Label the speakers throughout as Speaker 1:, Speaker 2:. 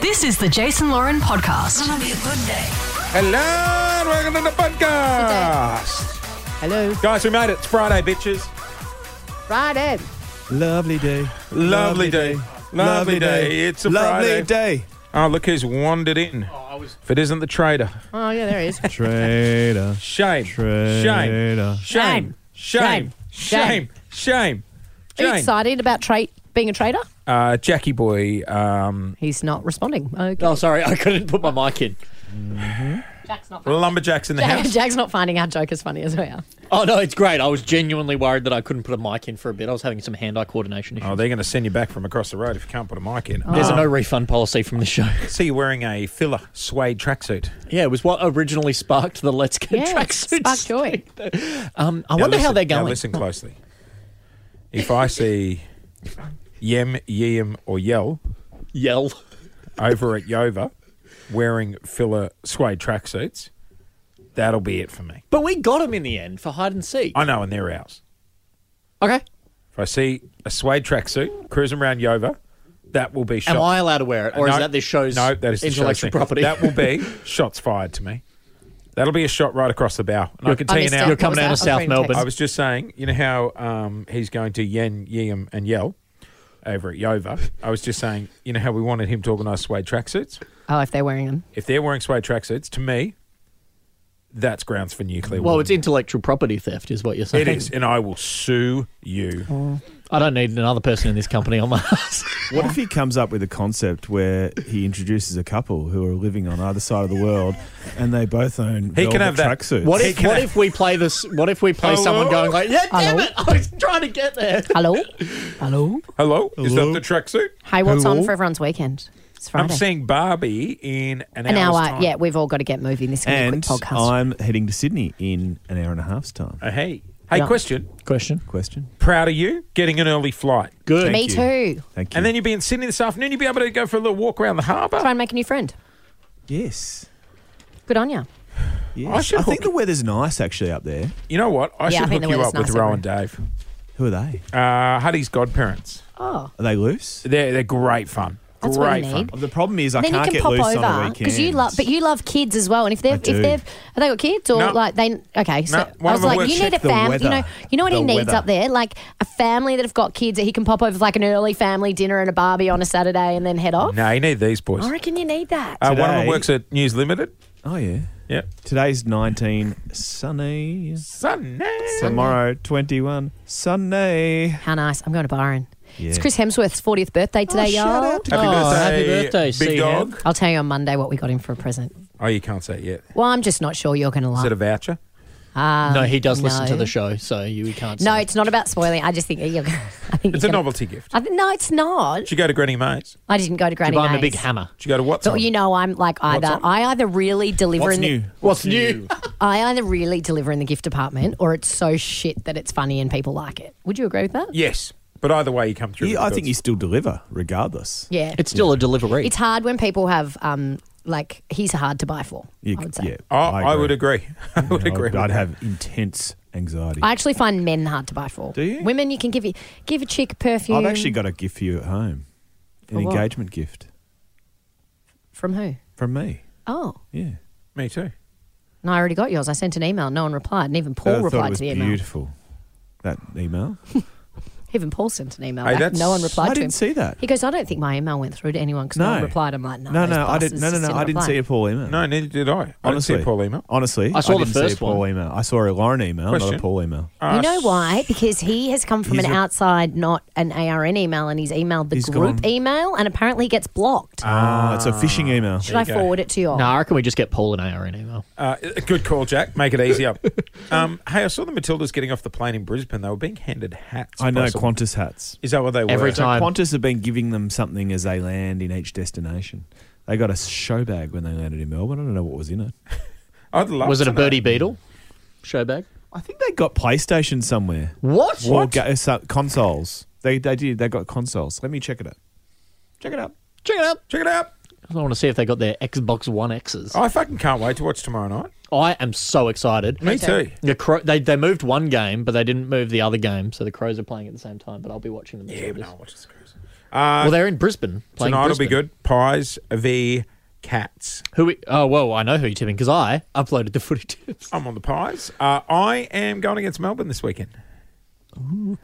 Speaker 1: This is the Jason Lauren podcast.
Speaker 2: Hello and welcome to the podcast.
Speaker 3: Hello,
Speaker 2: Guys, we made it. It's Friday, bitches.
Speaker 3: Friday.
Speaker 4: Lovely day.
Speaker 2: Lovely, day. Lovely day. It's a
Speaker 4: Lovely
Speaker 2: Friday.
Speaker 4: day.
Speaker 2: Oh, look who's wandered in. If it isn't the trader.
Speaker 3: Oh yeah, there he is.
Speaker 4: Trader.
Speaker 2: Shame. Shame.
Speaker 4: Trader.
Speaker 2: Shame.
Speaker 3: Shame.
Speaker 2: Shame. Shame. Shame.
Speaker 3: Are you
Speaker 2: Shame.
Speaker 3: excited about tra- being a trader?
Speaker 2: Uh, Jackie boy. Um,
Speaker 3: He's not responding. Okay.
Speaker 5: Oh, sorry, I couldn't put my mic in.
Speaker 3: Jack's not.
Speaker 2: lumberjacks in the house.
Speaker 3: Jack's not finding our joke as funny as we are.
Speaker 5: Oh no, it's great. I was genuinely worried that I couldn't put a mic in for a bit. I was having some hand-eye coordination issues.
Speaker 2: Oh, they're going to send you back from across the road if you can't put a mic in.
Speaker 5: There's a no refund policy from the show.
Speaker 2: See you wearing a filler suede tracksuit.
Speaker 5: Yeah, it was what originally sparked the Let's Get
Speaker 3: Yeah,
Speaker 5: tracksuit.
Speaker 3: spark joy.
Speaker 5: Um, I
Speaker 2: Now
Speaker 5: wonder how
Speaker 2: listen-
Speaker 5: they're
Speaker 2: now
Speaker 5: going.
Speaker 2: listen closely. If I see Yem, Yem, or Yell
Speaker 5: Yell.
Speaker 2: over at Yova wearing filler suede tracksuits, that'll be it for me.
Speaker 5: But we got him in the end for hide and seek.
Speaker 2: I know, and they're ours.
Speaker 5: Okay.
Speaker 2: If I see a suede tracksuit cruising around Yova, that will be shot.
Speaker 5: Am I allowed to wear it, or is that this show's
Speaker 2: no? That is the show's
Speaker 5: intellectual
Speaker 2: thing.
Speaker 5: property?
Speaker 2: That will be shots fired to me. That'll be a shot right across the bow, and I can
Speaker 3: I
Speaker 2: tell you
Speaker 3: missed
Speaker 2: now.
Speaker 3: it.
Speaker 5: You're
Speaker 3: What was
Speaker 5: coming
Speaker 3: that?
Speaker 5: out
Speaker 3: I
Speaker 5: of
Speaker 3: was
Speaker 5: South
Speaker 3: reading text.
Speaker 5: Melbourne.
Speaker 2: I was just saying, you know how um, he's going to Yen, Yeam, and Yell over at Yova. I was just saying, you know how we wanted him to organise suede tracksuits.
Speaker 3: Oh, if they're wearing them.
Speaker 2: If they're wearing suede tracksuits, to me, that's grounds for nuclear.
Speaker 5: well,
Speaker 2: war.
Speaker 5: it's intellectual property theft, is what you're saying.
Speaker 2: It is, and I will sue
Speaker 5: Oh.
Speaker 2: you.
Speaker 5: I don't need another person in this company on my ass.
Speaker 4: What if he comes up with a concept where he introduces a couple who are living on either side of the world and they both own
Speaker 2: He can have that.
Speaker 4: tracksuits?
Speaker 5: What
Speaker 2: Hey,
Speaker 5: if
Speaker 2: can
Speaker 5: what
Speaker 2: I- Oh,
Speaker 5: if we play this? What if we play
Speaker 2: Hello?
Speaker 5: someone going like, "Yeah, damn
Speaker 3: Hello?
Speaker 5: it! I was trying to get there."
Speaker 3: Hello, hello.
Speaker 2: Hello, is that
Speaker 4: Hello?
Speaker 2: the tracksuit?
Speaker 3: Hey, what's
Speaker 4: Hello?
Speaker 3: on for everyone's weekend? It's
Speaker 2: I'm
Speaker 3: Friday.
Speaker 2: seeing Barbie in an,
Speaker 3: An
Speaker 2: hour's
Speaker 3: hour.
Speaker 2: time.
Speaker 3: Yeah, we've all got to get moving. This can be a
Speaker 4: And
Speaker 3: quick podcast.
Speaker 4: I'm heading to Sydney in an hour and a half's time.
Speaker 2: Uh, hey, hey,
Speaker 3: Yeah.
Speaker 2: question.
Speaker 5: Question.
Speaker 4: Question.
Speaker 2: Proud of you getting an early flight.
Speaker 5: Good.
Speaker 3: Me
Speaker 4: Thank you.
Speaker 3: too.
Speaker 4: Thank you.
Speaker 2: And then you'll be in Sydney this afternoon. You'll be able to go for a little walk around the harbour.
Speaker 3: Try and make a new friend.
Speaker 4: yes.
Speaker 3: Good on you.
Speaker 4: yes.
Speaker 2: I
Speaker 4: I,
Speaker 2: should
Speaker 4: think
Speaker 2: hook-
Speaker 4: the weather's nice actually up there.
Speaker 2: You know what? I
Speaker 3: Yeah, I
Speaker 2: should
Speaker 3: think
Speaker 2: hook
Speaker 3: the
Speaker 2: you up
Speaker 3: weather's
Speaker 2: with
Speaker 3: nice
Speaker 2: Rowan Dave.
Speaker 4: Who are they?
Speaker 2: Uh, Huddy's godparents.
Speaker 3: Oh,
Speaker 4: Are they loose?
Speaker 2: They're they're great fun.
Speaker 3: That's what
Speaker 2: great
Speaker 3: you
Speaker 2: fun.
Speaker 3: need.
Speaker 4: The problem is I
Speaker 3: then you
Speaker 4: can't
Speaker 3: can
Speaker 4: get
Speaker 3: pop
Speaker 4: loose on a
Speaker 3: over
Speaker 4: weekend.
Speaker 3: you love, but you love kids as well. And if they've, if
Speaker 4: do.
Speaker 3: they've, have they got kids or
Speaker 2: No.
Speaker 3: like they? Okay, so
Speaker 2: No,
Speaker 3: I
Speaker 2: one of
Speaker 3: was
Speaker 2: them
Speaker 3: like,
Speaker 2: works.
Speaker 3: you need a
Speaker 4: Check the
Speaker 3: family. You know,
Speaker 4: weather.
Speaker 3: you know what he
Speaker 4: The
Speaker 3: needs
Speaker 4: weather.
Speaker 3: up there, like a family that have got kids that he can pop over for like an early family dinner and a barbie on a Saturday and then head off.
Speaker 2: No, you need these boys.
Speaker 3: I reckon you need that.
Speaker 2: Uh, one of them
Speaker 4: Today-
Speaker 2: works at News Limited.
Speaker 4: Oh yeah.
Speaker 2: Yep.
Speaker 4: Today's 19, sunny.
Speaker 2: Sunday.
Speaker 4: Tomorrow, 21, sunny.
Speaker 3: How nice! I'm going to Byron. It's
Speaker 4: Yeah.
Speaker 3: Chris Hemsworth's 40th birthday today, y'all.
Speaker 2: Happy,
Speaker 5: Oh,
Speaker 2: birthday,
Speaker 5: happy birthday,
Speaker 2: big
Speaker 5: CM.
Speaker 2: dog.
Speaker 3: I'll tell you on Monday what we got him for a present.
Speaker 2: Oh, you can't say it yet.
Speaker 3: Well, I'm just not sure you're going to
Speaker 2: Is it
Speaker 3: like.
Speaker 2: a voucher?
Speaker 3: Um,
Speaker 5: No, he does listen to
Speaker 3: no.
Speaker 5: the show, so you we can't.
Speaker 3: No,
Speaker 5: say.
Speaker 3: it's not about spoiling. I just think you're. I think
Speaker 2: It's
Speaker 3: you're gonna-
Speaker 2: a novelty gift.
Speaker 3: I think no, it's not.
Speaker 2: Did you go to Granny Mae's?
Speaker 3: I didn't go to
Speaker 5: you
Speaker 3: Granny
Speaker 5: buy him a
Speaker 3: May's.
Speaker 5: big hammer.
Speaker 2: Did you go to what's
Speaker 3: So
Speaker 2: on?
Speaker 3: you know, I'm like either
Speaker 2: on?
Speaker 3: I either really deliver
Speaker 4: What's
Speaker 3: in the
Speaker 4: new?
Speaker 5: What's new?
Speaker 3: I either really deliver in the gift department or it's so shit that it's funny and people like it. Would you agree with that?
Speaker 2: Yes, but either way, you come through.
Speaker 4: You-
Speaker 2: with
Speaker 4: I
Speaker 2: the
Speaker 4: think you
Speaker 2: goods.
Speaker 4: still deliver, regardless.
Speaker 3: Yeah.
Speaker 5: It's still a delivery.
Speaker 3: It's hard when people have um like he's hard to buy for.
Speaker 4: You-
Speaker 3: I would say.
Speaker 4: yeah,
Speaker 2: Oh, I, would agree. I would agree.
Speaker 4: I'd- I'd,
Speaker 2: with that.
Speaker 4: have intense anxiety.
Speaker 3: I
Speaker 4: I,
Speaker 3: actually find men hard to buy for. Do
Speaker 4: you?
Speaker 3: Women, you can give you, give a chick perfume.
Speaker 4: have actually got a gift for you at home, an
Speaker 3: For what?
Speaker 4: engagement gift
Speaker 3: from who?
Speaker 4: from me.
Speaker 3: Oh.
Speaker 4: Yeah,
Speaker 2: Me too.
Speaker 3: No, I already got yours. I sent an email. No one replied, and even Paul
Speaker 4: I thought it
Speaker 3: replied
Speaker 4: was
Speaker 3: to the email.
Speaker 4: beautiful. That email,
Speaker 3: Even Paul sent an email.
Speaker 2: Hey,
Speaker 3: back.
Speaker 2: that's-
Speaker 3: No one replied
Speaker 4: I
Speaker 3: to him.
Speaker 4: didn't see that.
Speaker 3: He goes, I don't think my email went through to anyone because no. one
Speaker 4: No.
Speaker 3: replied. I'm like, no,
Speaker 4: No,
Speaker 3: those
Speaker 4: no, I
Speaker 3: bastards
Speaker 4: didn't. No, no,
Speaker 3: just
Speaker 4: no, I didn't
Speaker 3: reply.
Speaker 4: see a Paul email.
Speaker 2: No, neither did I.
Speaker 4: honestly,
Speaker 2: I didn't see a Paul email.
Speaker 4: Honestly,
Speaker 5: I saw the
Speaker 4: didn't see a
Speaker 5: first
Speaker 4: Paul
Speaker 5: one.
Speaker 4: email. I saw a Lauren email, not
Speaker 2: Question.
Speaker 4: a Paul email.
Speaker 2: Uh,
Speaker 3: You know why? Because he has come from
Speaker 4: He's
Speaker 3: an
Speaker 4: a-
Speaker 3: outside, not an ARN email, and he's emailed the
Speaker 4: He's
Speaker 3: group
Speaker 4: gone.
Speaker 3: email, and apparently he gets blocked.
Speaker 4: Ah, it's a phishing email.
Speaker 3: Should I
Speaker 2: you go.
Speaker 3: forward it to you? all?
Speaker 5: no, I reckon we just get Paul an AR an email.
Speaker 2: Uh, good call, Jack. Make it easier. um, hey, I saw the Matildas getting off the plane in Brisbane. They were being handed hats.
Speaker 4: I know
Speaker 2: by some-
Speaker 4: Qantas hats.
Speaker 2: Is that what they were?
Speaker 5: Every
Speaker 4: So
Speaker 5: Time.
Speaker 4: Qantas have been giving them something as they land in each destination. They got a show bag when they landed in Melbourne. I don't know what was in it.
Speaker 2: I'd love
Speaker 5: Was it
Speaker 2: to
Speaker 5: a birdie
Speaker 2: Know.
Speaker 5: beetle? Show bag.
Speaker 4: I think they got PlayStation somewhere.
Speaker 5: What?
Speaker 4: Or ga- so- consoles. They they did. They got consoles. Let me check it out.
Speaker 2: Check it out.
Speaker 5: Check it out.
Speaker 2: Check it out.
Speaker 5: I want to see if they got their Xbox One X's.
Speaker 2: Oh. I fucking can't wait to watch tomorrow night.
Speaker 5: I am so excited.
Speaker 2: Me too.
Speaker 5: The Cro- they they moved one game, but they didn't move the other game, so the Crows are playing at the same time. But I'll be watching them.
Speaker 2: Yeah, but no, watch the Crows.
Speaker 5: well, they're in Brisbane. Playing
Speaker 2: Tonight will be
Speaker 5: Brisbane.
Speaker 2: good. Pies v Cats.
Speaker 5: Who? We, oh well, I know who you're tipping because I uploaded the footy tips.
Speaker 2: I'm on the Pies. Uh, I am going against Melbourne this weekend.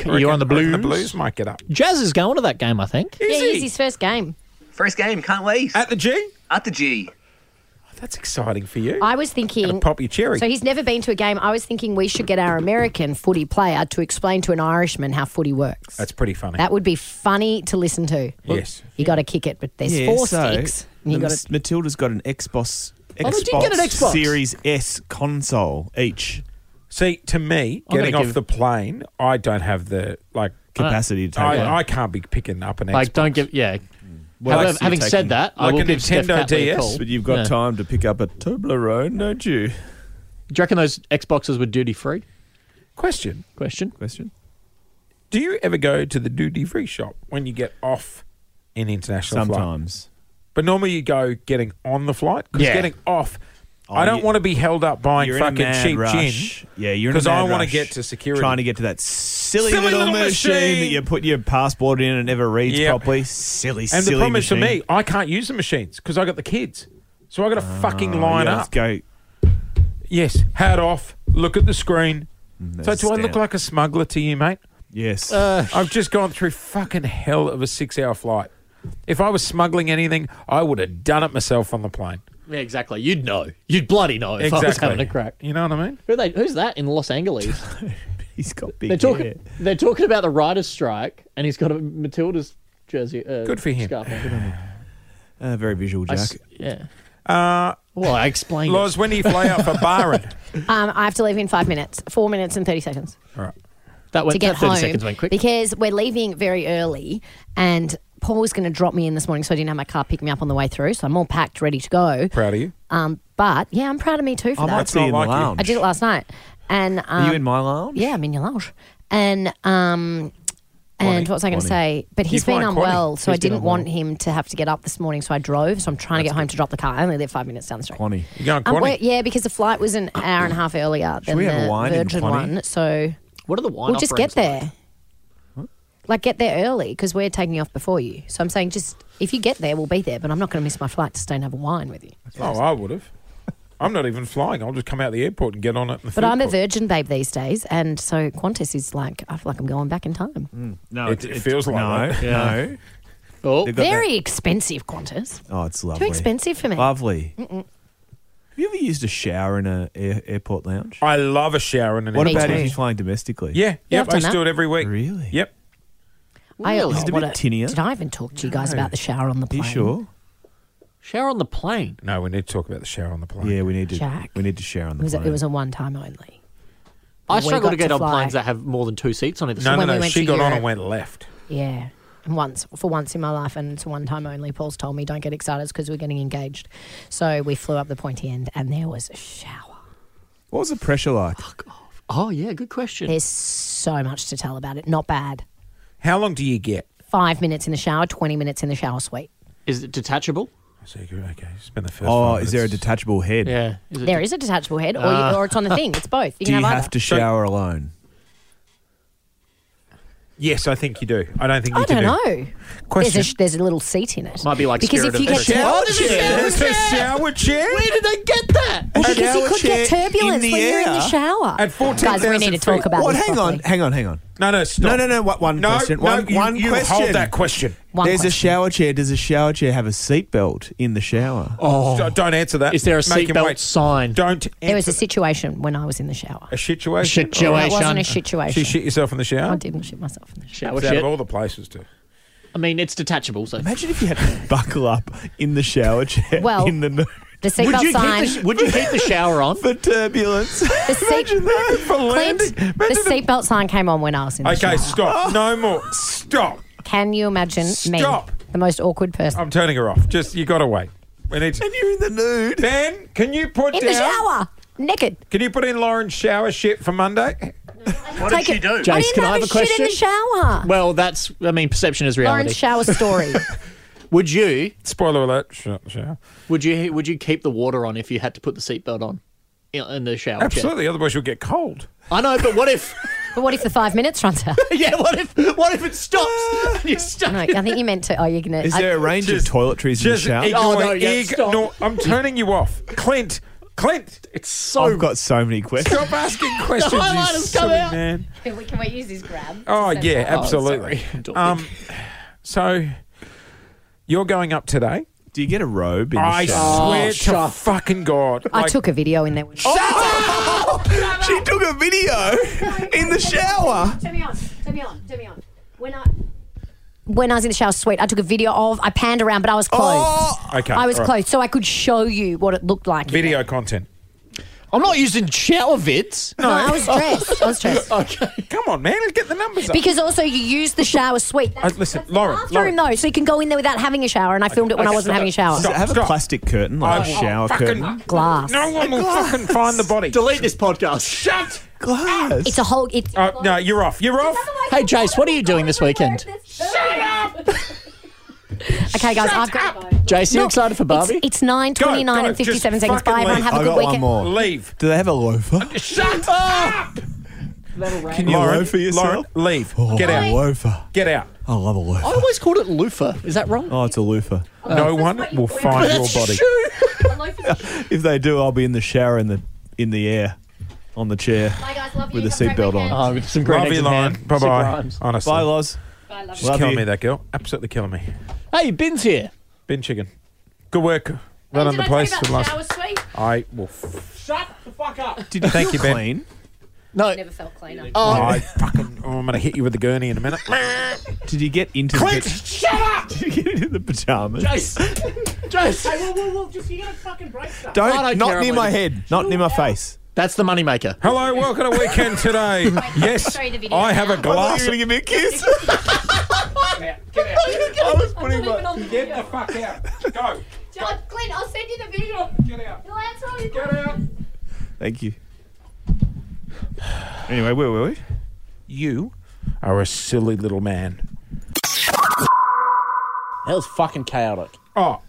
Speaker 5: you're on
Speaker 2: Reckon
Speaker 5: the Blues.
Speaker 2: The Blues might get up.
Speaker 5: Jazz is going to that game, I think.
Speaker 3: Yeah,
Speaker 2: Is
Speaker 3: here's
Speaker 2: he?
Speaker 3: his first game.
Speaker 6: First game, can't wait.
Speaker 2: At the G?
Speaker 6: At the G.
Speaker 2: Oh, that's exciting for you.
Speaker 3: I was
Speaker 2: Gonna
Speaker 3: thinking.
Speaker 2: pop your cherry.
Speaker 3: So he's never been to a game. I was thinking we should get our American footy player to explain to an Irishman how footy works.
Speaker 2: that's pretty funny.
Speaker 3: that would be funny to listen to.
Speaker 2: yes.
Speaker 3: You got to kick it, but there's
Speaker 4: Yeah,
Speaker 3: four
Speaker 4: so,
Speaker 3: sticks. and You
Speaker 4: the
Speaker 3: got
Speaker 4: Mas- Matilda's got an Xbox.
Speaker 5: Oh, they did get an Xbox.
Speaker 4: Series S console each
Speaker 2: See, to me,
Speaker 5: I'm
Speaker 2: getting
Speaker 5: gonna
Speaker 2: off
Speaker 5: give-
Speaker 2: the plane, I don't have the like.
Speaker 4: capacity to take
Speaker 2: I,
Speaker 4: one.
Speaker 2: I can't be picking up an Xbox. Mm.
Speaker 5: Like, don't give. Yeah.
Speaker 4: else
Speaker 5: However,
Speaker 4: are you
Speaker 5: having
Speaker 4: taking?
Speaker 5: said that, I
Speaker 2: Like
Speaker 5: will
Speaker 2: a
Speaker 5: give Steph
Speaker 2: Nintendo
Speaker 5: Catley a
Speaker 2: DS?
Speaker 5: call.
Speaker 4: But you've got
Speaker 5: Yeah.
Speaker 4: time to pick up a Toblerone, don't you?
Speaker 5: Do you reckon those Xboxes were duty free?
Speaker 2: Question:
Speaker 5: Question.
Speaker 4: Question.
Speaker 2: Do you ever go to the duty free shop when you get off an international flight?
Speaker 4: Sometimes.
Speaker 2: But normally you go getting on the flight because
Speaker 5: Yeah.
Speaker 2: getting off.
Speaker 4: Oh,
Speaker 2: I don't
Speaker 4: you-
Speaker 2: want to be held up buying
Speaker 4: You're in a
Speaker 2: fucking
Speaker 4: mad
Speaker 2: cheap
Speaker 4: rush.
Speaker 2: gin.
Speaker 4: Yeah, you're in a
Speaker 2: because I
Speaker 4: mad
Speaker 2: wanna
Speaker 4: rush
Speaker 2: get to security.
Speaker 4: Trying to get to that silly,
Speaker 2: Silly
Speaker 4: little,
Speaker 2: little
Speaker 4: machine, that
Speaker 2: machine.
Speaker 4: you put your passport in and never reads
Speaker 2: Yeah.
Speaker 4: properly. Silly,
Speaker 2: And
Speaker 4: silly
Speaker 2: the problem
Speaker 4: machine.
Speaker 2: is for me, I can't use the machines because I got the kids. So I got to fucking
Speaker 4: Oh,
Speaker 2: line
Speaker 4: yeah, let's
Speaker 2: up.
Speaker 4: Go.
Speaker 2: Yes, hat off. Look at the screen. So do
Speaker 4: Mm, there's
Speaker 2: I look
Speaker 4: Stan.
Speaker 2: like a smuggler to you, mate?
Speaker 4: Yes.
Speaker 3: Uh,
Speaker 2: I've just gone through fucking hell of a six-hour flight. If I was smuggling anything, I would have done it myself on the plane.
Speaker 5: Yeah, exactly. You'd know. You'd bloody know if I was having a crack.
Speaker 2: You know what I mean?
Speaker 5: Who are they, who's that in Los Angeles?
Speaker 4: He's got big
Speaker 5: They're talking.
Speaker 4: hair.
Speaker 5: They're talking about the writers' strike, and he's got a Matilda's jersey. Uh,
Speaker 2: Good for him.
Speaker 5: scarf on.
Speaker 4: Uh, very visual,
Speaker 5: I
Speaker 4: Jack.
Speaker 5: s- yeah.
Speaker 2: Uh,
Speaker 5: well, I explained. it.
Speaker 2: Loz, when do you fly out for Byron?
Speaker 3: to, um, I have to leave in five minutes, four minutes and 30 seconds
Speaker 2: All right.
Speaker 5: that went
Speaker 3: to get
Speaker 5: that thirty
Speaker 3: home
Speaker 5: seconds went quick.
Speaker 3: because we're leaving very early and Paul's going to drop me in this morning, so I didn't have my car pick me up on the way through. So I'm all packed, ready to go.
Speaker 2: Proud of you.
Speaker 3: Um, but yeah, I'm proud of me too for
Speaker 4: I
Speaker 3: that.
Speaker 4: might be
Speaker 2: not
Speaker 4: in
Speaker 2: like
Speaker 4: the
Speaker 2: you.
Speaker 4: lounge.
Speaker 3: I did it last night, and um,
Speaker 4: Are you in my lounge?
Speaker 3: Yeah, I'm in your lounge. And um and what was I going to say? But he's
Speaker 2: You're
Speaker 3: been
Speaker 2: fine, Connie.
Speaker 3: unwell, so
Speaker 4: He's
Speaker 3: I didn't
Speaker 4: been
Speaker 3: want him to have to get up this morning. So I drove. So I'm trying to get home to drop the car. I only live five minutes down the street.
Speaker 4: Quanny.
Speaker 2: You going
Speaker 3: Um,
Speaker 2: Quanny?
Speaker 3: wait, yeah, because the flight was an hour and a half earlier than
Speaker 4: we have a
Speaker 3: the
Speaker 4: wine in
Speaker 3: Virgin
Speaker 4: Connie?
Speaker 3: one. So
Speaker 5: What are the wine?
Speaker 3: we'll just get there. Like get there early because we're taking off before you. So I'm saying just if you get there, we'll be there. But I'm not going to miss my flight to stay and have a wine with you.
Speaker 2: Oh, I would have. I'm not even flying. I'll just come out the airport and get on it. in the food
Speaker 3: But I'm a
Speaker 2: court.
Speaker 3: virgin babe these days, and so Qantas is like I feel like I'm going back in time.
Speaker 4: No,
Speaker 2: It- it feels like
Speaker 4: no,
Speaker 2: that.
Speaker 4: no.
Speaker 5: Oh,
Speaker 4: They've got
Speaker 3: Very expensive Qantas.
Speaker 4: that- Oh, it's
Speaker 3: Too
Speaker 4: lovely.
Speaker 3: expensive for me.
Speaker 4: Lovely. Have you ever used a shower in a air- airport lounge?
Speaker 2: I love a shower and an
Speaker 4: What
Speaker 3: Me
Speaker 4: about
Speaker 3: too.
Speaker 4: if you're flying domestically?
Speaker 2: Yeah,
Speaker 3: Yeah, I've
Speaker 2: yep. I
Speaker 3: done
Speaker 2: used to do it every week.
Speaker 4: Really?
Speaker 2: Yep.
Speaker 3: I,
Speaker 5: Really?
Speaker 3: oh,
Speaker 5: Is
Speaker 4: it a
Speaker 3: what
Speaker 4: bit tinnier?
Speaker 3: Did I even talk to you guys about the shower on the
Speaker 4: Are
Speaker 3: plane?
Speaker 4: you sure?
Speaker 5: shower on the plane.
Speaker 2: No, we need to talk about the shower on the plane.
Speaker 4: Yeah, we need to.
Speaker 3: Jack.
Speaker 4: We need to share on
Speaker 3: It
Speaker 4: the
Speaker 3: was a,
Speaker 4: plane.
Speaker 3: it was a one time only.
Speaker 5: I
Speaker 3: We
Speaker 5: struggle to
Speaker 3: got
Speaker 5: get
Speaker 3: to
Speaker 5: on
Speaker 3: fly.
Speaker 5: planes that have more than two seats on either
Speaker 2: No,
Speaker 5: side.
Speaker 2: no,
Speaker 3: When we
Speaker 2: no.
Speaker 3: went
Speaker 2: she
Speaker 3: to
Speaker 2: got on
Speaker 3: Europe-
Speaker 2: and went left.
Speaker 3: Yeah. And once, for once in my life, and it's a one time only, Paul's told me don't get excited because we're getting engaged. So we flew up the pointy end and there was a shower.
Speaker 4: what was the pressure like?
Speaker 5: Oh yeah, good question.
Speaker 3: There's so much to tell about it. Not bad.
Speaker 2: How long do you get?
Speaker 3: Five minutes in the shower, 20 minutes in the shower suite.
Speaker 5: Is it detachable?
Speaker 2: So you go, okay, spend the first.
Speaker 4: Oh,
Speaker 2: five
Speaker 4: is there a
Speaker 2: minutes.
Speaker 4: detachable head?
Speaker 5: Yeah. Is it
Speaker 3: There is a detachable head, or, you, or it's on the thing. It's both. You
Speaker 4: Do
Speaker 3: can
Speaker 4: you
Speaker 3: have,
Speaker 4: have
Speaker 3: either.
Speaker 4: to shower alone?
Speaker 2: Yes, I think you do. I don't think you
Speaker 3: I
Speaker 2: do.
Speaker 3: don't know. There's
Speaker 2: Question.
Speaker 3: a, sh- there's a little seat in it.
Speaker 5: Might be like
Speaker 3: because
Speaker 5: Spirit
Speaker 3: if you
Speaker 5: of
Speaker 3: get
Speaker 5: Adventure.
Speaker 3: turned-
Speaker 5: Oh, there's a shower
Speaker 2: There's a shower chair.
Speaker 5: Where did they get that?
Speaker 3: Well, because you
Speaker 4: shower
Speaker 3: could get
Speaker 4: chair in
Speaker 3: turbulence
Speaker 4: the
Speaker 3: when you're in
Speaker 4: air
Speaker 3: the shower.
Speaker 2: at 14,000
Speaker 3: Guys, we need to talk
Speaker 2: feet.
Speaker 3: about
Speaker 4: What?
Speaker 3: this.
Speaker 4: Hang on,
Speaker 3: properly.
Speaker 4: hang on, hang on.
Speaker 2: No, no, stop.
Speaker 4: No, no, no, what- one
Speaker 2: no,
Speaker 4: question.
Speaker 2: No,
Speaker 4: One-
Speaker 2: you,
Speaker 4: one
Speaker 2: you
Speaker 4: question.
Speaker 2: Hold that question.
Speaker 3: One
Speaker 4: There's a
Speaker 3: question.
Speaker 4: shower chair. Does a shower chair have a seatbelt in the shower? Oh,
Speaker 2: D- Don't answer that.
Speaker 5: Is there a
Speaker 2: Make him
Speaker 5: seatbelt
Speaker 2: wait.
Speaker 5: sign?
Speaker 2: Don't.
Speaker 3: There was
Speaker 2: answer
Speaker 3: a situation when I was in the shower.
Speaker 2: a situation.
Speaker 5: Situation.
Speaker 3: That wasn't a
Speaker 2: Or- She
Speaker 3: situation.
Speaker 2: shit yourself in the shower.
Speaker 3: I didn't shit myself in the shower.
Speaker 5: Shower
Speaker 2: It's out
Speaker 5: Oh, shit.
Speaker 2: of all the places to.
Speaker 5: I mean, it's detachable, so
Speaker 4: Imagine if you had to buckle up in the shower chair.
Speaker 3: Well-
Speaker 4: in the
Speaker 3: The
Speaker 5: would you,
Speaker 3: seatbelt
Speaker 5: keep the,
Speaker 3: sign.
Speaker 5: sh- would you keep the shower on?
Speaker 4: for turbulence.
Speaker 3: the seat,
Speaker 4: Imagine that for
Speaker 3: Clint,
Speaker 4: landing.
Speaker 3: the seatbelt sign came on when I was in the
Speaker 2: Okay,
Speaker 3: shower.
Speaker 2: stop. No more. Stop.
Speaker 3: Can you imagine me,
Speaker 2: Stop.
Speaker 3: the most awkward person
Speaker 2: I'm turning her off. Just you got to wait. We need.
Speaker 4: And
Speaker 2: To,
Speaker 4: you're in the nude.
Speaker 2: ben, can you put
Speaker 3: in
Speaker 2: down?
Speaker 3: the shower, naked?
Speaker 2: Can you put in Lauren's shower shit for Monday?
Speaker 6: What
Speaker 3: Take
Speaker 6: did
Speaker 3: it-
Speaker 6: she do?
Speaker 3: I
Speaker 5: Jace,
Speaker 3: didn't
Speaker 5: can I
Speaker 3: have
Speaker 5: have
Speaker 3: a
Speaker 5: a question?
Speaker 3: shit in the shower.
Speaker 5: Well, that's. I mean, perception is reality.
Speaker 3: Lauren's shower story.
Speaker 5: would you?
Speaker 2: Spoiler alert. Sh- shower.
Speaker 5: Would you? Would you keep the water on if you had to put the seatbelt on? in the shower chair.
Speaker 2: Absolutely, otherwise you'll get cold.
Speaker 5: I know, but what if?
Speaker 3: But what if the five minutes runs out?
Speaker 5: yeah, what if? What if it stops? and You're stuck.
Speaker 3: no, I think you meant to. Oh, you're gonna.
Speaker 4: Is
Speaker 3: I-
Speaker 4: there a range of
Speaker 2: Just-
Speaker 4: toiletries in the
Speaker 2: Just
Speaker 4: shower?
Speaker 2: ignore,
Speaker 5: Oh, no, yeah, stop.
Speaker 2: ignore- I'm turning you off, Clint. Clint,
Speaker 5: It's so.
Speaker 4: I've got so many questions.
Speaker 2: stop asking questions. you
Speaker 5: highlight has come
Speaker 2: silly
Speaker 5: out.
Speaker 2: man.
Speaker 3: Can we, can we use this grab?
Speaker 2: Oh
Speaker 3: Same
Speaker 2: yeah,
Speaker 3: time.
Speaker 2: absolutely.
Speaker 5: I'm talking.
Speaker 2: um, so you're going up today.
Speaker 4: Do you get a robe in the
Speaker 2: I
Speaker 4: shower?
Speaker 2: swear to
Speaker 5: shut-
Speaker 2: fucking God.
Speaker 3: I
Speaker 2: like-
Speaker 3: took a video in there. With-
Speaker 4: she took a video in the shower.
Speaker 3: Turn me on. Turn me on. Turn me on. When I. When I was in the shower suite, I took a video of. I panned around, but I was closed.
Speaker 2: Okay,
Speaker 3: I was
Speaker 2: all right.
Speaker 3: close, so I could show you what it looked like. in
Speaker 2: Video
Speaker 3: there.
Speaker 2: content.
Speaker 5: I'm not using shower vids.
Speaker 3: No, I was dressed. I was dressed.
Speaker 2: Come on, man. Let's get the numbers up.
Speaker 3: Because also you use the shower suite.
Speaker 2: Uh, listen, Lauren,
Speaker 3: bathroom
Speaker 2: Lauren.
Speaker 3: though, so you can go in there without having a shower. And I filmed it when I
Speaker 2: okay,
Speaker 3: wasn't having a shower.
Speaker 4: Does it have a
Speaker 2: Stop.
Speaker 4: plastic curtain, like
Speaker 2: I
Speaker 4: a
Speaker 2: will
Speaker 4: shower
Speaker 2: fucking-
Speaker 4: curtain?
Speaker 3: Glass.
Speaker 2: no one will fucking find the body.
Speaker 5: Delete this podcast.
Speaker 2: Shut.
Speaker 4: Glass.
Speaker 3: It's a whole. It's
Speaker 2: Uh, no, you're off. You're off.
Speaker 5: Hey, Jace, what are you doing this weekend?
Speaker 3: okay, guys. I've got.
Speaker 5: Jace, you
Speaker 3: Look,
Speaker 5: excited for
Speaker 3: it's-
Speaker 5: Barbie?
Speaker 3: It's, nine twenty-nine
Speaker 2: go,
Speaker 3: and fifty-seven
Speaker 2: just
Speaker 3: seconds. Bye, everyone.
Speaker 2: fucking leave.
Speaker 3: Have a
Speaker 4: I
Speaker 3: good
Speaker 4: got
Speaker 3: weekend.
Speaker 4: one more.
Speaker 2: Leave.
Speaker 4: Do they have a loafer?
Speaker 2: Shut up.
Speaker 4: Can you
Speaker 2: Lauren,
Speaker 4: loafer yourself?
Speaker 2: Lauren, leave. Get
Speaker 4: Oh, a
Speaker 2: out. Oh.
Speaker 4: loafer.
Speaker 2: Get out.
Speaker 4: I love a
Speaker 5: I
Speaker 4: loafer.
Speaker 5: always called it loofah. Is that wrong?
Speaker 4: Oh, it's a loafer.
Speaker 2: no one will find your body.
Speaker 5: true.
Speaker 4: If they do, I'll be in the shower in the in the air, on the chair. With a seatbelt on.
Speaker 5: Oh, with some great
Speaker 2: Love you,
Speaker 5: eggs in
Speaker 2: Lauren.
Speaker 5: hand.
Speaker 2: Bye
Speaker 5: Sick
Speaker 2: bye.
Speaker 5: rhymes.
Speaker 2: Honestly.
Speaker 4: Bye, Loz.
Speaker 2: She's
Speaker 4: Love
Speaker 2: killing
Speaker 4: you.
Speaker 2: me, that girl. Absolutely killing me.
Speaker 5: Hey, Bin's here.
Speaker 2: Bin chicken. Good work. Running the place for the last.
Speaker 3: suite?
Speaker 2: I will. F-
Speaker 4: Did you
Speaker 2: Thank
Speaker 4: feel
Speaker 2: you, Ben.
Speaker 4: clean?
Speaker 5: No,
Speaker 3: Never felt cleaner.
Speaker 2: I fucking. Oh, I'm going to hit you with the gurney in a minute.
Speaker 4: Did you get into
Speaker 2: Clint,
Speaker 4: the?
Speaker 2: shut up!
Speaker 4: Did you get into the pajamas?
Speaker 5: Jace. Jace.
Speaker 7: Whoa, whoa, whoa, just, you gotta fucking break stuff.
Speaker 4: Don't,
Speaker 5: I don't care,
Speaker 4: not near
Speaker 5: I'm
Speaker 4: my
Speaker 5: like-
Speaker 4: head, not near my face.
Speaker 5: That's the moneymaker.
Speaker 2: Hello, welcome to Weekend Today. yes,
Speaker 3: show you the video
Speaker 2: I have
Speaker 3: now.
Speaker 2: a
Speaker 4: Are
Speaker 2: glass.
Speaker 4: you gonna give me a kiss? I was putting my.
Speaker 2: Get the fuck out. Go.
Speaker 3: John, Clint, I'll send you the video.
Speaker 2: Get out.
Speaker 3: Get
Speaker 2: Get out.
Speaker 4: Thank you. Anyway, where were we?
Speaker 2: You are a silly little man.
Speaker 5: That was fucking chaotic.
Speaker 2: Oh,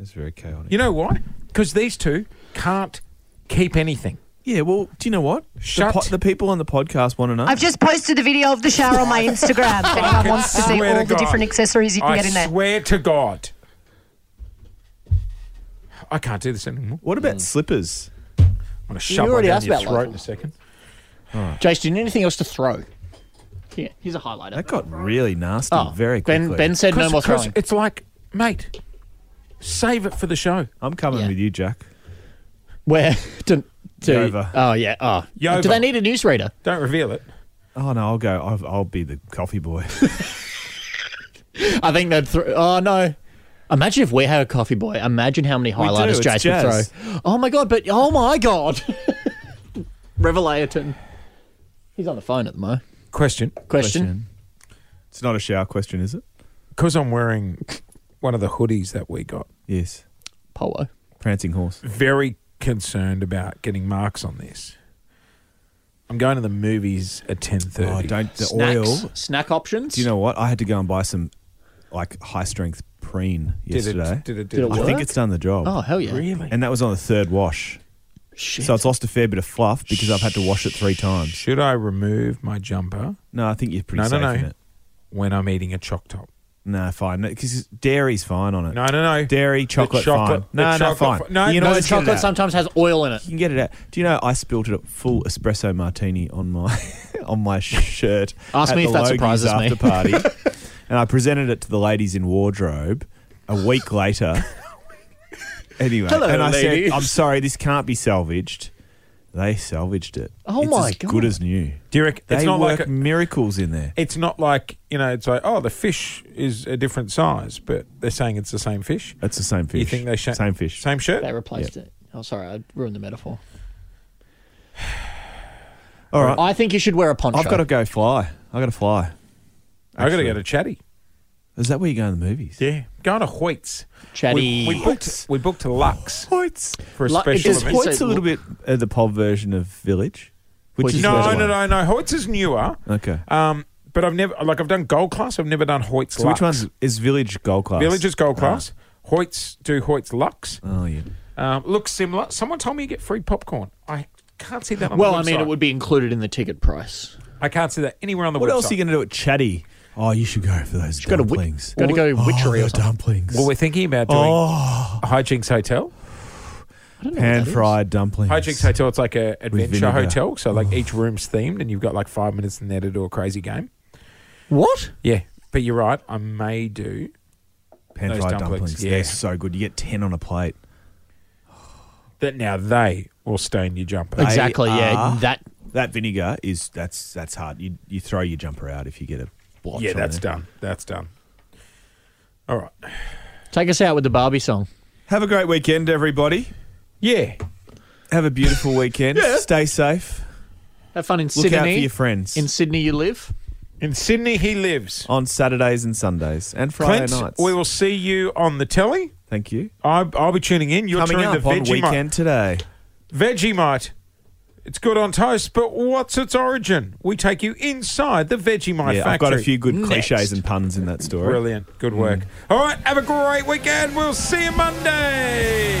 Speaker 4: It's very chaotic.
Speaker 2: you know why? Because these two can't keep anything.
Speaker 4: yeah, well, do you know what? The
Speaker 2: Shut-
Speaker 4: po- The, people on the podcast want to know.
Speaker 8: I've just posted a video of the shower on my Instagram. if anyone wants to see
Speaker 2: swear
Speaker 8: all
Speaker 2: to
Speaker 8: the
Speaker 2: God.
Speaker 8: different accessories you can
Speaker 2: I
Speaker 8: get in there.
Speaker 2: swear to God. I can't do this anymore.
Speaker 4: what about slippers?
Speaker 2: I'm going to shove one
Speaker 5: already
Speaker 2: down
Speaker 5: asked
Speaker 2: your
Speaker 5: about
Speaker 2: throat in a
Speaker 5: locals.
Speaker 2: second.
Speaker 5: Jace, do you need anything else to throw? Here, here's a highlighter.
Speaker 4: That got really nasty
Speaker 5: Oh,
Speaker 4: very quickly.
Speaker 5: Ben, ben said no more
Speaker 2: Because
Speaker 5: throwing.
Speaker 2: it's like, mate, save it for the show.
Speaker 4: I'm coming
Speaker 5: Yeah.
Speaker 4: with you, Jack.
Speaker 5: Where? To, to,
Speaker 4: Yova.
Speaker 5: Oh, yeah. Oh.
Speaker 2: Yova.
Speaker 5: Do they need a newsreader?
Speaker 2: Don't reveal it.
Speaker 4: Oh no, I'll go. I'll, I'll be the coffee boy.
Speaker 5: I think they'd throw. Oh, no. Imagine if we had a coffee boy. Imagine how many highlighters
Speaker 4: do,
Speaker 5: Jace
Speaker 4: it's jazz.
Speaker 5: would throw. Oh, my God. But, oh, my God. Revelatorton. He's on the phone at the moment.
Speaker 2: Question.
Speaker 5: Question.
Speaker 4: It's not a shower question, is it?
Speaker 2: Because I'm wearing one of the hoodies that we got,
Speaker 4: Yes.
Speaker 5: Polo.
Speaker 4: Prancing horse.
Speaker 2: very concerned about getting marks on this. I'm going to the movies at 10.30.
Speaker 4: Oh, don't the
Speaker 5: Snacks.
Speaker 4: oil.
Speaker 5: Snack options.
Speaker 4: Do you know what? I had to go and buy some like high strength preen
Speaker 2: Did it,
Speaker 4: yesterday.
Speaker 2: did it,
Speaker 5: Did it
Speaker 4: I
Speaker 5: work?
Speaker 4: think it's done the job.
Speaker 5: Oh, hell yeah.
Speaker 2: Really?
Speaker 4: And that was on the third wash.
Speaker 5: Shit.
Speaker 4: So it's lost a fair bit of fluff because I've had to wash it three times.
Speaker 2: Should I remove my jumper
Speaker 4: No, I think you're pretty
Speaker 2: No, no, no.
Speaker 4: safe in it.
Speaker 2: when I'm eating a choc top?
Speaker 4: No, fine. Because dairy's fine on it.
Speaker 2: No, no, no.
Speaker 4: Dairy, chocolate,
Speaker 2: chocolate-
Speaker 4: fine. No,
Speaker 2: the
Speaker 4: no,
Speaker 2: chocolate
Speaker 4: fine.
Speaker 2: fi- no,
Speaker 4: you
Speaker 2: no,
Speaker 4: know
Speaker 5: the chocolate
Speaker 4: sometimes.
Speaker 5: sometimes has oil in it.
Speaker 4: You can get it out. Do you know I spilled it up full espresso martini on my on my shirt?
Speaker 5: Ask
Speaker 4: at
Speaker 5: me
Speaker 4: the
Speaker 5: if that
Speaker 4: Logies
Speaker 5: surprises me.
Speaker 4: after party, and I presented it to the ladies in wardrobe a week later. Anyway,
Speaker 5: Hello,
Speaker 4: and I
Speaker 5: ladies.
Speaker 4: said, "I'm sorry, this can't be salvaged." They salvaged it.
Speaker 5: Oh
Speaker 4: it's
Speaker 5: my
Speaker 4: as
Speaker 5: God.
Speaker 4: Good as new.
Speaker 2: Do you reckon-
Speaker 4: They
Speaker 2: it's not
Speaker 4: work
Speaker 2: like a-
Speaker 4: miracles in there.
Speaker 2: It's not like, you know, it's like, oh, the fish is a different size, but they're saying it's the same fish.
Speaker 4: That's the same fish.
Speaker 2: You think they sh-
Speaker 4: same fish?
Speaker 2: Same shirt?
Speaker 5: They replaced it. Oh, sorry, I ruined the metaphor.
Speaker 4: All right,
Speaker 5: I think you should wear a poncho.
Speaker 4: I've got to go fly. I got to
Speaker 2: I
Speaker 4: fly.
Speaker 2: got to
Speaker 4: Actually-
Speaker 2: go to Chatty.
Speaker 4: Is that where you go in the movies?
Speaker 2: Yeah. Going to Hoyt's.
Speaker 5: Chatty.
Speaker 2: We, we booked, we booked Lux
Speaker 4: Points.
Speaker 2: for a
Speaker 5: Lu-
Speaker 2: special
Speaker 5: is
Speaker 4: Is
Speaker 2: event.
Speaker 5: Hoyt's
Speaker 4: Hoyt's a
Speaker 5: a
Speaker 4: little bit uh, the pub version of Village? Which
Speaker 5: Hoyt's
Speaker 4: is
Speaker 5: is
Speaker 2: No,
Speaker 4: the
Speaker 2: no,
Speaker 4: one.
Speaker 2: no, no. Hoyt's is newer.
Speaker 4: Okay.
Speaker 2: Um, but I've never, like, I've done Gold Class. I've never done Hoyt's
Speaker 4: So
Speaker 2: Lux.
Speaker 4: which one's Ah. is Village Gold Class?
Speaker 2: Village is Gold Class. Hoyt's do Hoyt's Lux.
Speaker 4: Oh yeah.
Speaker 2: Um, looks similar. Someone told me you get free popcorn. I can't see that on
Speaker 5: Well,
Speaker 2: the
Speaker 5: I
Speaker 2: website.
Speaker 5: mean, it would be included in the ticket price.
Speaker 2: I can't see that anywhere on the
Speaker 4: What
Speaker 2: website.
Speaker 4: else are you going to do at Chatty? Oh, you should go for those
Speaker 5: gotta wi-
Speaker 4: dumplings.
Speaker 5: gotta go
Speaker 4: oh,
Speaker 5: witchery or
Speaker 4: the
Speaker 5: something.
Speaker 4: dumplings. Oh,
Speaker 2: Well, we're thinking about doing Hijinks Hotel.
Speaker 4: Pan fried dumplings.
Speaker 2: Hijinks Hotel, it's like a adventure
Speaker 4: vinegar. Oh.
Speaker 2: hotel. So, like, each room's themed, and you've got like five minutes in there to do a crazy game.
Speaker 5: What?
Speaker 2: Yeah, but you're right. I may do.
Speaker 4: Pan
Speaker 2: Those
Speaker 4: fried dumplings.
Speaker 2: dumplings, yeah.
Speaker 4: They're so good. You get 10 on a plate.
Speaker 2: That now they will stain your jumper.
Speaker 4: They
Speaker 5: Exactly. yeah.
Speaker 4: are-
Speaker 5: That.
Speaker 4: That vinegar is that's that's hard. You you throw your jumper out if you get a blotch.
Speaker 2: yeah,
Speaker 4: on
Speaker 2: that's
Speaker 4: it.
Speaker 2: done. That's done. All right.
Speaker 5: Take us out with the Barbie song.
Speaker 4: Have a great weekend, everybody.
Speaker 2: Yeah.
Speaker 4: Have a beautiful weekend. Stay safe.
Speaker 5: Have fun in
Speaker 4: Look
Speaker 5: Sydney.
Speaker 4: out for your friends
Speaker 5: In Sydney, you live.
Speaker 2: In Sydney, he lives.
Speaker 4: on Saturdays and Sundays and Friday
Speaker 2: Clint,
Speaker 4: nights.
Speaker 2: we will see you on the telly.
Speaker 4: Thank you.
Speaker 2: I, I'll be tuning in. You're
Speaker 4: Coming
Speaker 2: tuning
Speaker 4: up
Speaker 2: the
Speaker 4: on
Speaker 2: Vegemite.
Speaker 4: weekend today.
Speaker 2: Vegemite. It's good on toast, but what's its origin? We take you inside the Vegemite
Speaker 4: Yeah,
Speaker 2: factory.
Speaker 4: I've got a few good
Speaker 5: Next.
Speaker 4: cliches and puns in that story.
Speaker 2: Brilliant. Good work. Mm. All right. Have a great weekend. We'll see you Monday.